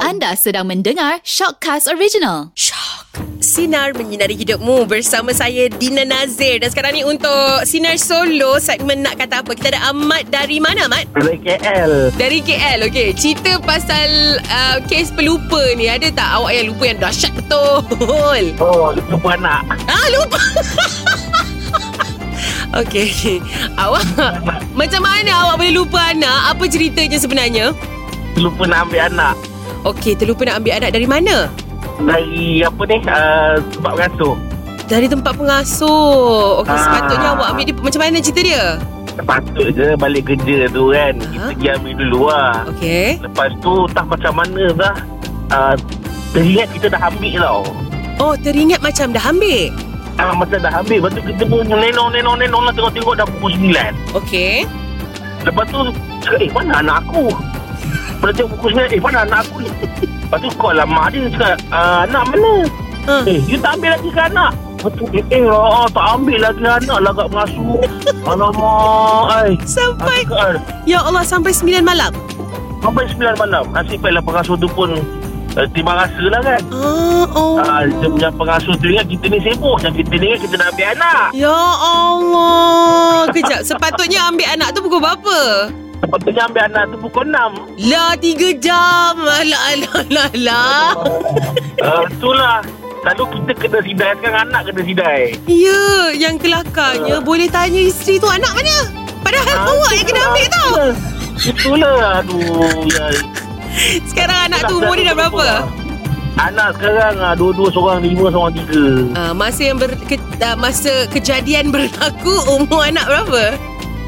Anda sedang mendengar Shockcast Original. Sinar Menyinari Hidupmu bersama saya Dina Nazir dan sekarang ni untuk Sinar Solo segmen nak kata apa kita ada Ahmad dari mana Ahmad? Dari KL Dari KL okey cerita pasal uh, kes pelupa ni ada tak awak yang lupa yang dahsyat betul? Oh lupa anak Ah lupa. Okey, okey. Awak macam mana awak boleh lupa anak? Apa ceritanya sebenarnya? Lupa nak ambil anak Okey, terlupa nak ambil anak dari mana? Dari apa ni uh, Sebab rasuk Dari tempat pengasuh. Okey, Ah. sepatutnya awak ambil dia macam mana cerita dia? Patut je balik kerja tu kan Kita Aha. pergi ambil dulu lah Okey. Lepas tu tak macam mana dah uh, Teringat kita dah ambil tau Oh, teringat macam dah ambil. Ah, masa dah ambil Lepas tu kita pun lenong-lenong-lenong lah Tengok-tengok dah pukul 9 Okey. Lepas tu cakap, Eh mana anak aku Lepas tu pukul 9 Eh mana anak aku ni Lepas tu call lah mak dia Cakap "Ah, Anak mana Ha. Eh you tak ambil lagi ke anak Lepas tu eh, eh lah, tak ambil lagi anak lah kat pengasuh Alamak ai. Sampai Aku cakap, ya Allah sampai 9 malam. Sampai 9 malam Nasib baiklah pengasuh tu pun uh, Timbang rasa lah kan Ah, oh. Ah, dia punya pengasuh tu ingat kita ni sibuk Dan kita ni ingat kita nak ambil anak Ya Allah. Kejap, sepatutnya ambil anak tu pukul berapa? Sepatutnya ambil anak tu pukul 6 Lah tiga jam Alah alah alah alah uh, Itulah Lalu kita kena sidai Sekarang anak kena sidai Ya yang kelakarnya Boleh tanya isteri tu anak mana Padahal Ah, awak yang kena ambil tau Itulah. Ah, Itulah Aduh ya. Sekarang anak tu Itulah, umur dia dah berapa Anak sekarang ah, Dua-dua seorang lima Seorang tiga uh, Masa yang ber, ke, uh, Masa kejadian berlaku Umur anak berapa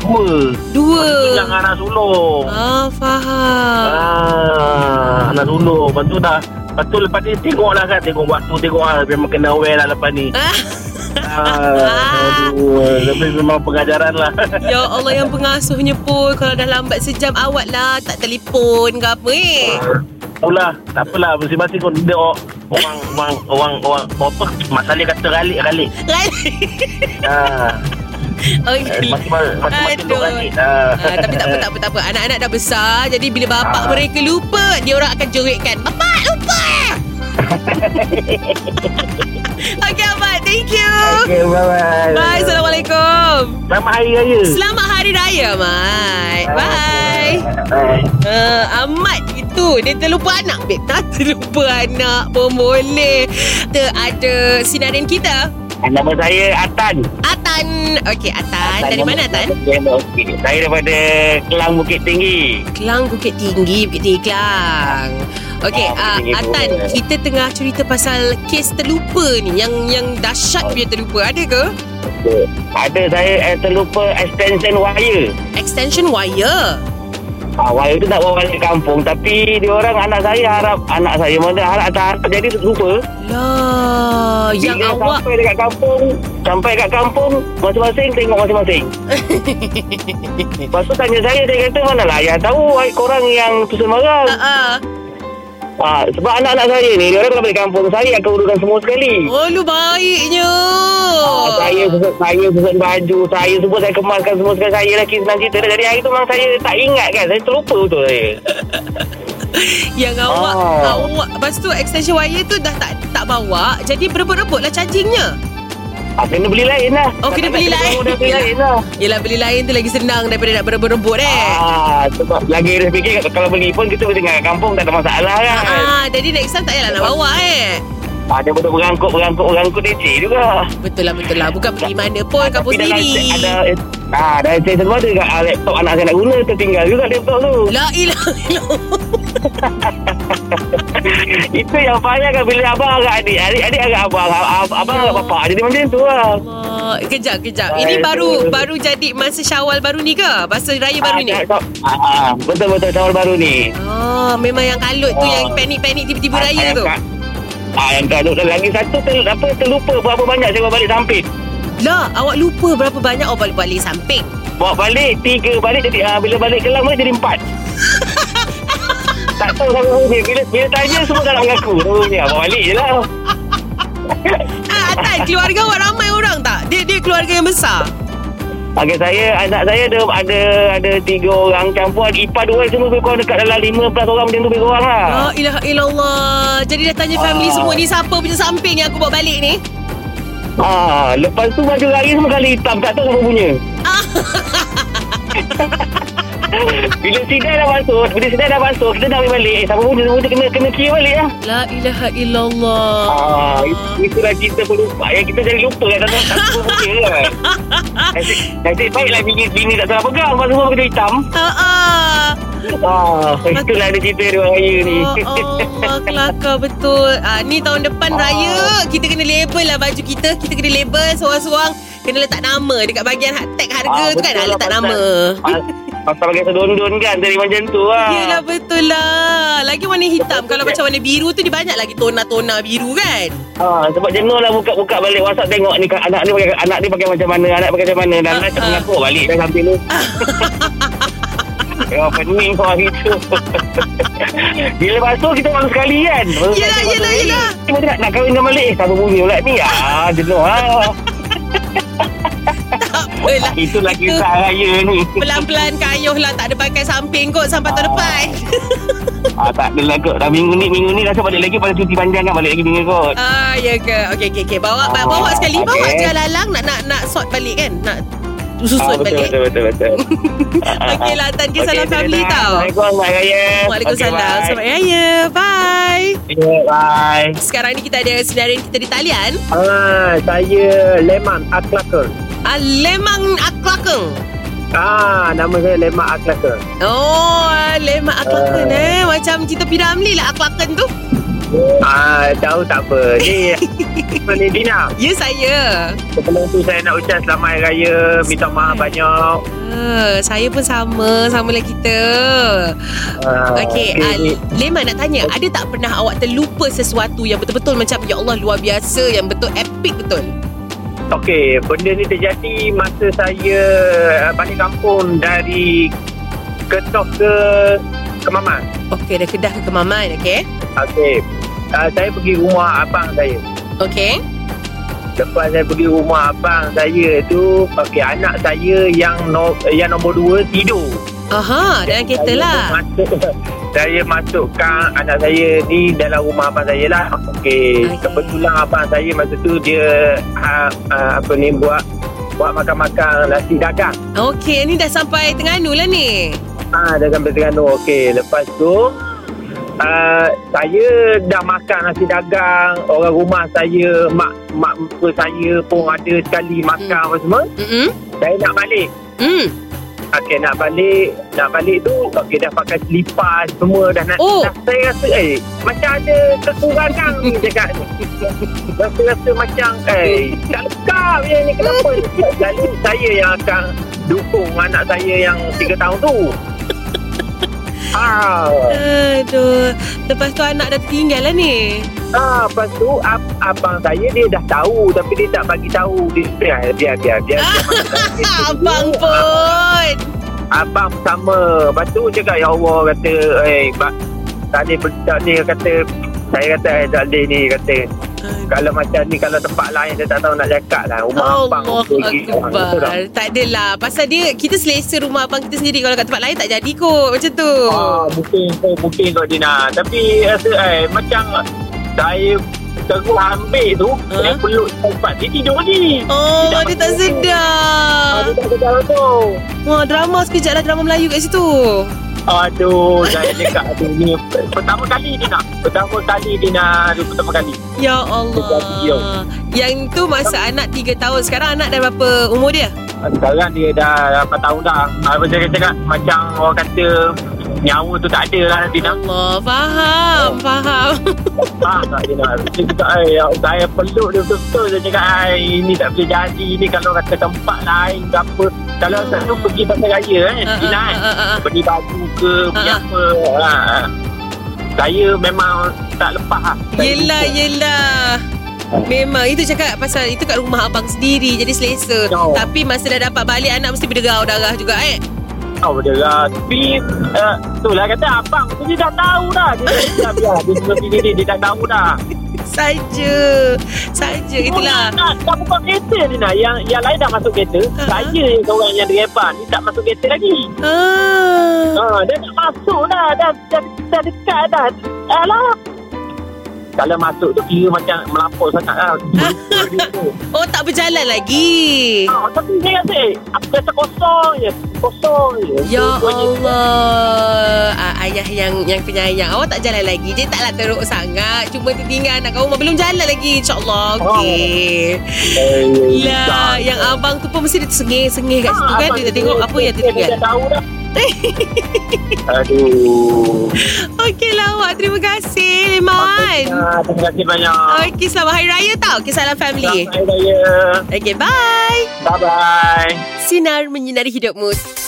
Dua Dua Yang anak sulung Ah faham Ah, anak sulung Lepas tu dah Lepas tu lepas ni tengok lah kan Tengok waktu tengok lah Memang kena aware lah lepas ni ah. ah, Aduh Tapi memang pengajaran lah Ya Allah yang pengasuhnya pun Kalau dah lambat sejam Awak lah tak telefon ke apa eh Itulah Tak apalah Masing-masing kau dia orang Orang Orang Orang, orang, Apa Masalah kata ralik-ralik ah, Eh, Okay Masing-masing Masing-masing dia Aduh. ralik ah. Ah, tapi tak apa, tak apa, tak apa. Anak-anak dah besar. Jadi bila bapak Ah. mereka lupa, dia orang akan jeritkan. Bapak lupa! Okey, Abang. Thank you. Okay bye-bye Bye. Assalamualaikum. Selamat Hari Raya Selamat Hari Raya, Mat. Bye. Bye Uh, Ahmad itu Dia terlupa anak Babe tak terlupa anak Pun boleh Kita ada Sinarin kita Nama saya Atan Atan Okey Atan Ah, Dari mana Atan? Saya daripada Kelang Bukit Tinggi Kelang Bukit Tinggi Bukit Tinggi Kelang Okey, Ah, Bukit ah, Tinggi Atan, tu. kita tengah cerita pasal kes terlupa ni yang yang dahsyat punya terlupa. Ada ke? Ada saya eh, terlupa extension wire Extension wire. Ah, wire tu nak bawa balik kampung Tapi dia orang anak saya harap Anak saya mana harap tak harap Jadi terlupa Lah, yang Bila awak sampai dekat kampung Sampai dekat kampung Masing-masing tengok masing-masing Lepas tu tanya saya Dia kata mana lah Yang tahu ay, korang yang tu semarang Ah, ah. ha, Sebab anak-anak saya ni Dia orang kalau balik kampung Saya akan uruskan semua sekali Oh, lu baiknya. Ah, saya susun, saya susun baju Saya semua saya kemaskan semua sekali Saya lelaki senang cerita dia. Dari hari tu memang saya tak ingat kan Saya terlupa betul saya Yang awak Ah. awak lepas tu extension wire tu dah tak tak bawa. Jadi berebut-rebut lah chargingnya. ah, Kena beli lain lah Oh, kena beli Kena lain. Eh. bangun dah beli lain lah Yelah beli lain tu lagi senang daripada nak berebut-rebut eh. Ah, sebab lagi dia fikir kalau beli pun kita boleh tinggal kat kampung tak ada masalah kan. Ah, ah, jadi next time tak payahlah nak bawa eh. Ah, dia betul berangkut, berangkut, berangkut leceh juga. Betul lah, betul lah. Bukan pergi mana pun, kampung Kan? Tapi dalam set sendiri. Ada, ah, ada saya semua ada kat ah, laptop anak saya nak guna, tertinggal juga laptop tu. La ilah ilah. Itu yang payah kan bila abang agak adik. Adik, adik agak abang. Abang, abang agak bapak. Jadi macam tu lah. Allah. Kejap, kejap. Baik, Ini baru tu. baru jadi masa syawal baru ni ke? Masa raya baru ni? ya, Ah, tak- ah, ah, betul-betul tahun baru ni. Oh, memang yang kalut tu Ah. yang panik-panik tiba-tiba Ah, raya yang tu. kat- Ah, yang kadut lagi satu ter, apa terlupa berapa banyak saya bawa balik samping. Lah, awak lupa berapa banyak awak balik-balik samping. Bawa balik Tiga balik jadi ah, Bila balik kelam pun jadi empat Tak tahu sama dia bila, bila tanya semua tak nak mengaku Sebenarnya bawa balik je lah Ah, Atan, keluarga awak ramai orang tak? Dia dia keluarga yang besar. Okey saya anak saya ada ada ada tiga orang campuran ipar dua semua lebih kurang dekat dalam 15 orang macam tu lebih kurang lah. La ilaha illallah. Jadi dah tanya family Ah. semua ni siapa punya samping yang aku bawa balik ni? Ah, lepas tu baju raya semua kali hitam tak tahu apa punya. bila sidai dah masuk, bila sidai dah masuk, kita dah ambil balik. Eh, siapa punya semua tu kena kena kira balik lah. La ilaha illallah. Ah, itu- itulah kita pelupa yang kita jadi lupa kat dalam satu punya kan. Nasib, nasib baiklah bini, bini tak salah pegang pasal semua benda hitam. Ah, ah. Ah, itulah ada cerita dua raya ni. Ya Allah, kelakar betul. Ah, ni tahun depan Ah. raya, kita kena label lah baju kita. Kita kena label seorang-seorang. Kena letak nama dekat bahagian ha- tag harga tu kan. betul lah, Ah, letak pasal- nama. pas- Pasal pakai sedondon kan Dari macam tu lah Yelah betul lah Lagi warna hitam Kalau macam warna biru tu Dia banyak lagi tona-tona biru kan ha, Sebab jenuh lah buka-buka balik WhatsApp Tengok ni kan, anak ni pakai anak ni pakai macam mana Anak pakai macam mana Dan Ah, nak ah. mengaku "Oh, balik dah sampai ni Ya pening kau hari tu Bila masuk kita malu sekali kan Baru Yelah, masuk- yelah, masuk- yelah. Eh, Macam nak, nak kahwin dengan Malik Eh siapa bunyi pula ni Ah jenuh lah Tak apalah Itulah Ah, Itu kisah raya ni Pelan-pelan kayuh lah Tak ada pakai samping kot Sampai tahun Ah. depan ah, Tak adalah kot Dah minggu ni Minggu ni rasa balik lagi Pada cuti panjang kan Balik lagi minggu kot Ah ya ke Okey okey okey Bawa Ah, bawa sekali Bawa okey. je lalang Nak nak nak sort balik kan Nak susun Ah, betul, balik betul, betul, betul. Ah, Okey lah, Tan Ki, salam Okey, family dadah. tau. Assalamualaikum, Selamat Raya. Waalaikumsalam Okey, Selamat Raya Bye bye. Ya, bye. Sekarang ni kita ada Senarian kita di talian Ah, saya Leman Aklaka. ah, Lemang Aklakeng Ah, nama saya Leman Aklaka. Oh ah, Lemang Aklakeng Ah. eh Macam cerita Piramli lah Aklakeng tu Ah, tahu tak apa. Ni Puan Dina. Ya saya Sebelum tu saya nak ucap selamat hari raya, minta maaf banyak. Ah, Saya pun sama Samalah kita Ah, Okey, okay. Lema nak tanya, ada tak pernah awak terlupa sesuatu yang betul-betul macam ya Allah luar biasa, yang betul epic betul? Okey, benda ni terjadi masa saya ah, balik kampung dari Ketok ke Kemaman. Okey, dah Kedah ke Kemaman, okey? Okey. Ah, saya pergi rumah abang saya. Okey. Lepas saya pergi rumah abang saya tu, okey anak saya yang no, yang nombor dua tidur. Aha, dalam kereta Saya lah. Masuk, saya masukkan anak saya ni dalam rumah abang saya lah. Okey, Okey. kebetulan abang saya masa tu dia ha, ha, apa ni buat buat makan-makan nasi dagang. Okey, ni dah sampai Terengganu lah ni. Ah, ha, dagang Terengganu. Okey, lepas tu Uh, saya dah makan nasi dagang orang rumah saya mak mak mertua saya pun ada sekali makan apa semua Mm-mm. saya nak balik Mm. Okey nak balik Nak balik tu Okey dah pakai selipas Semua dah nak Oh. dah, Saya rasa eh Macam ada kekurangan ni Cakap ni Rasa-rasa macam Eh tak lengkap je ni Kenapa ni Jadi saya yang akan Dukung anak saya yang 3 tahun tu Ah, Aduh, lepas tu anak dah tertinggal lah ni. ah, lepas tu ab, abang saya dia dah tahu tapi dia tak bagi tahu dia biar biar biar biar. biar Ha, abang pun. Abang sama Lepas tu cakap Ya Allah kata Eh bak, Tak boleh per- Tak boleh kata Saya kata eh, tak boleh ni Kata Kalau macam ni Kalau tempat lain Saya tak tahu nak cakap lah Rumah abang Allah pergi, ah, betul tak? Akbar. Tak adalah. Pasal dia, kita selesa rumah abang kita sendiri. Kalau kat tempat lain tak jadi kot. Macam tu. Ah, mungkin kau mungkin kau Dina. Tapi rasa eh macam saya terus ambil tu, Ha? saya peluk tempat dia tidur ni. Oh, Tidak dia tak masuk. sedap. Ah, dia tak sedar tu. Wah, drama sekejap lah drama Melayu kat situ. Aduh, saya cakap tu ni pertama kali Dina. Pertama kali Dina, tu pertama kali. Ya Dia Allah. Yang tu masa anak 3 tahun. Sekarang anak dah berapa umur dia? Sekarang dia dah 8 tahun dah Apa saya cakap Macam orang kata Nyawa tu tak ada lah Dina Allah, faham, Oh. faham. Faham tak Dina lah Dia cakap "Ai, Saya peluk dia betul-betul Dia cakap "Ai, Ini tak boleh jadi Ini kalau kata tempat lain ke apa Kalau Hmm. tak tu pergi pasal raya eh, Ah, Dina ah, eh. ah, ah, ah. Beli baju ke Beli Ah, ah. apa ha. Saya memang tak lepas lah Saya Yelah, lupa. yelah. Memang itu cakap pasal itu kat rumah abang sendiri jadi selesa. Ya. Tapi masa dah dapat balik anak mesti berderau darah juga eh. tahu dia lah Tapi eh, lah uh, Itulah kata abang tu dia dah tahu dah Dia dah dia, dia, dia, dia, dia, dia dah tahu dah Saja. Saja itulah. Nak, dah buka kereta ni nak. Yang, yang lain dah masuk kereta. Ha. Saya yang seorang yang direpan. Ni tak masuk kereta lagi. Ah. Ha, dia nak masuk dah. Dah, dah, dah dekat dah. Alah. Kalau masuk tu kira macam melapor sangat lah. Betul dia tu. Oh tak berjalan lagi. Ha, tapi saya kata, eh, apa kata kosong je. Kosong je. Ya Dua-duanya Allah ah, Ayah yang yang penyayang Awak tak jalan lagi Dia taklah teruk sangat Cuma tertinggal anak kamu Belum jalan lagi InsyaAllah Okey Eh, Lah Yang abang tu pun Mesti dia tersengih-sengih Ah, kat situ kan Dia tak tengok apa yang Ha, Dia tertinggal dah tahu dah. Aduh. Okey lah awak Terima kasih Leman Ah, terima kasih banyak. Okey selamat Hari Raya tau Okey salam family Selamat Hari Raya. Okey bye Bye-bye. Sinar menyinari hidupmu